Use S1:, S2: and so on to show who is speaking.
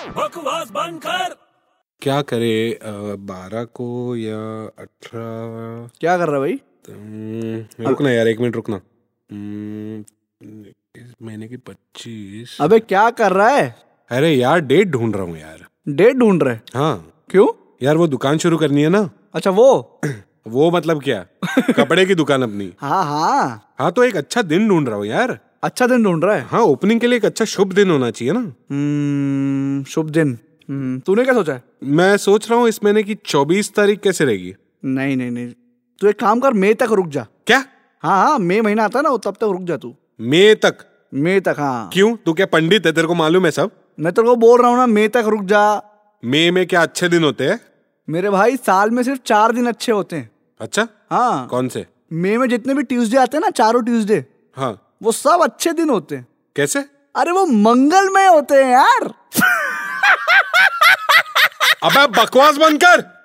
S1: आवाज बंद कर
S2: क्या करे बारह को या अठारह हम्म,
S3: क्या कर रहा भाई
S2: रुकना यार एक मिनट रुकना हम्म, इस महीने की पच्चीस
S3: अबे क्या कर रहा है
S2: अरे यार डेट ढूंढ रहा हूँ यार
S3: डेट ढूंढ रहे
S2: हाँ
S3: क्यों
S2: यार वो दुकान शुरू करनी है ना
S3: अच्छा वो
S2: वो मतलब क्या कपड़े की दुकान अपनी
S3: हाँ हाँ
S2: हाँ तो एक अच्छा दिन ढूंढ रहा हूँ यार
S3: अच्छा दिन ढूंढ रहा है
S2: हाँ ओपनिंग के लिए एक अच्छा शुभ दिन होना चाहिए ना
S3: हम्म, शुभ दिन हम्म, तूने क्या सोचा है
S2: मैं सोच रहा हूँ इस महीने की चौबीस तारीख कैसे रहेगी
S3: नहीं नहीं नहीं तू एक काम कर मई तक रुक जा
S2: क्या
S3: हाँ हाँ मई महीना आता है ना वो तब तक रुक जा तू
S2: मई तक
S3: मई तक हाँ
S2: क्यों तू क्या पंडित है तेरे को मालूम है सब
S3: मैं तेरे को बोल रहा हूँ ना मई तक रुक जा
S2: मई में क्या अच्छे दिन होते हैं
S3: मेरे भाई साल में सिर्फ चार दिन अच्छे होते हैं
S2: अच्छा
S3: हाँ
S2: कौन से
S3: मई में जितने भी ट्यूसडे आते हैं ना चारों ट्यूसडे
S2: हाँ
S3: वो सब अच्छे दिन होते हैं
S2: कैसे
S3: अरे वो मंगलमय होते हैं यार
S2: अबे बकवास बंद कर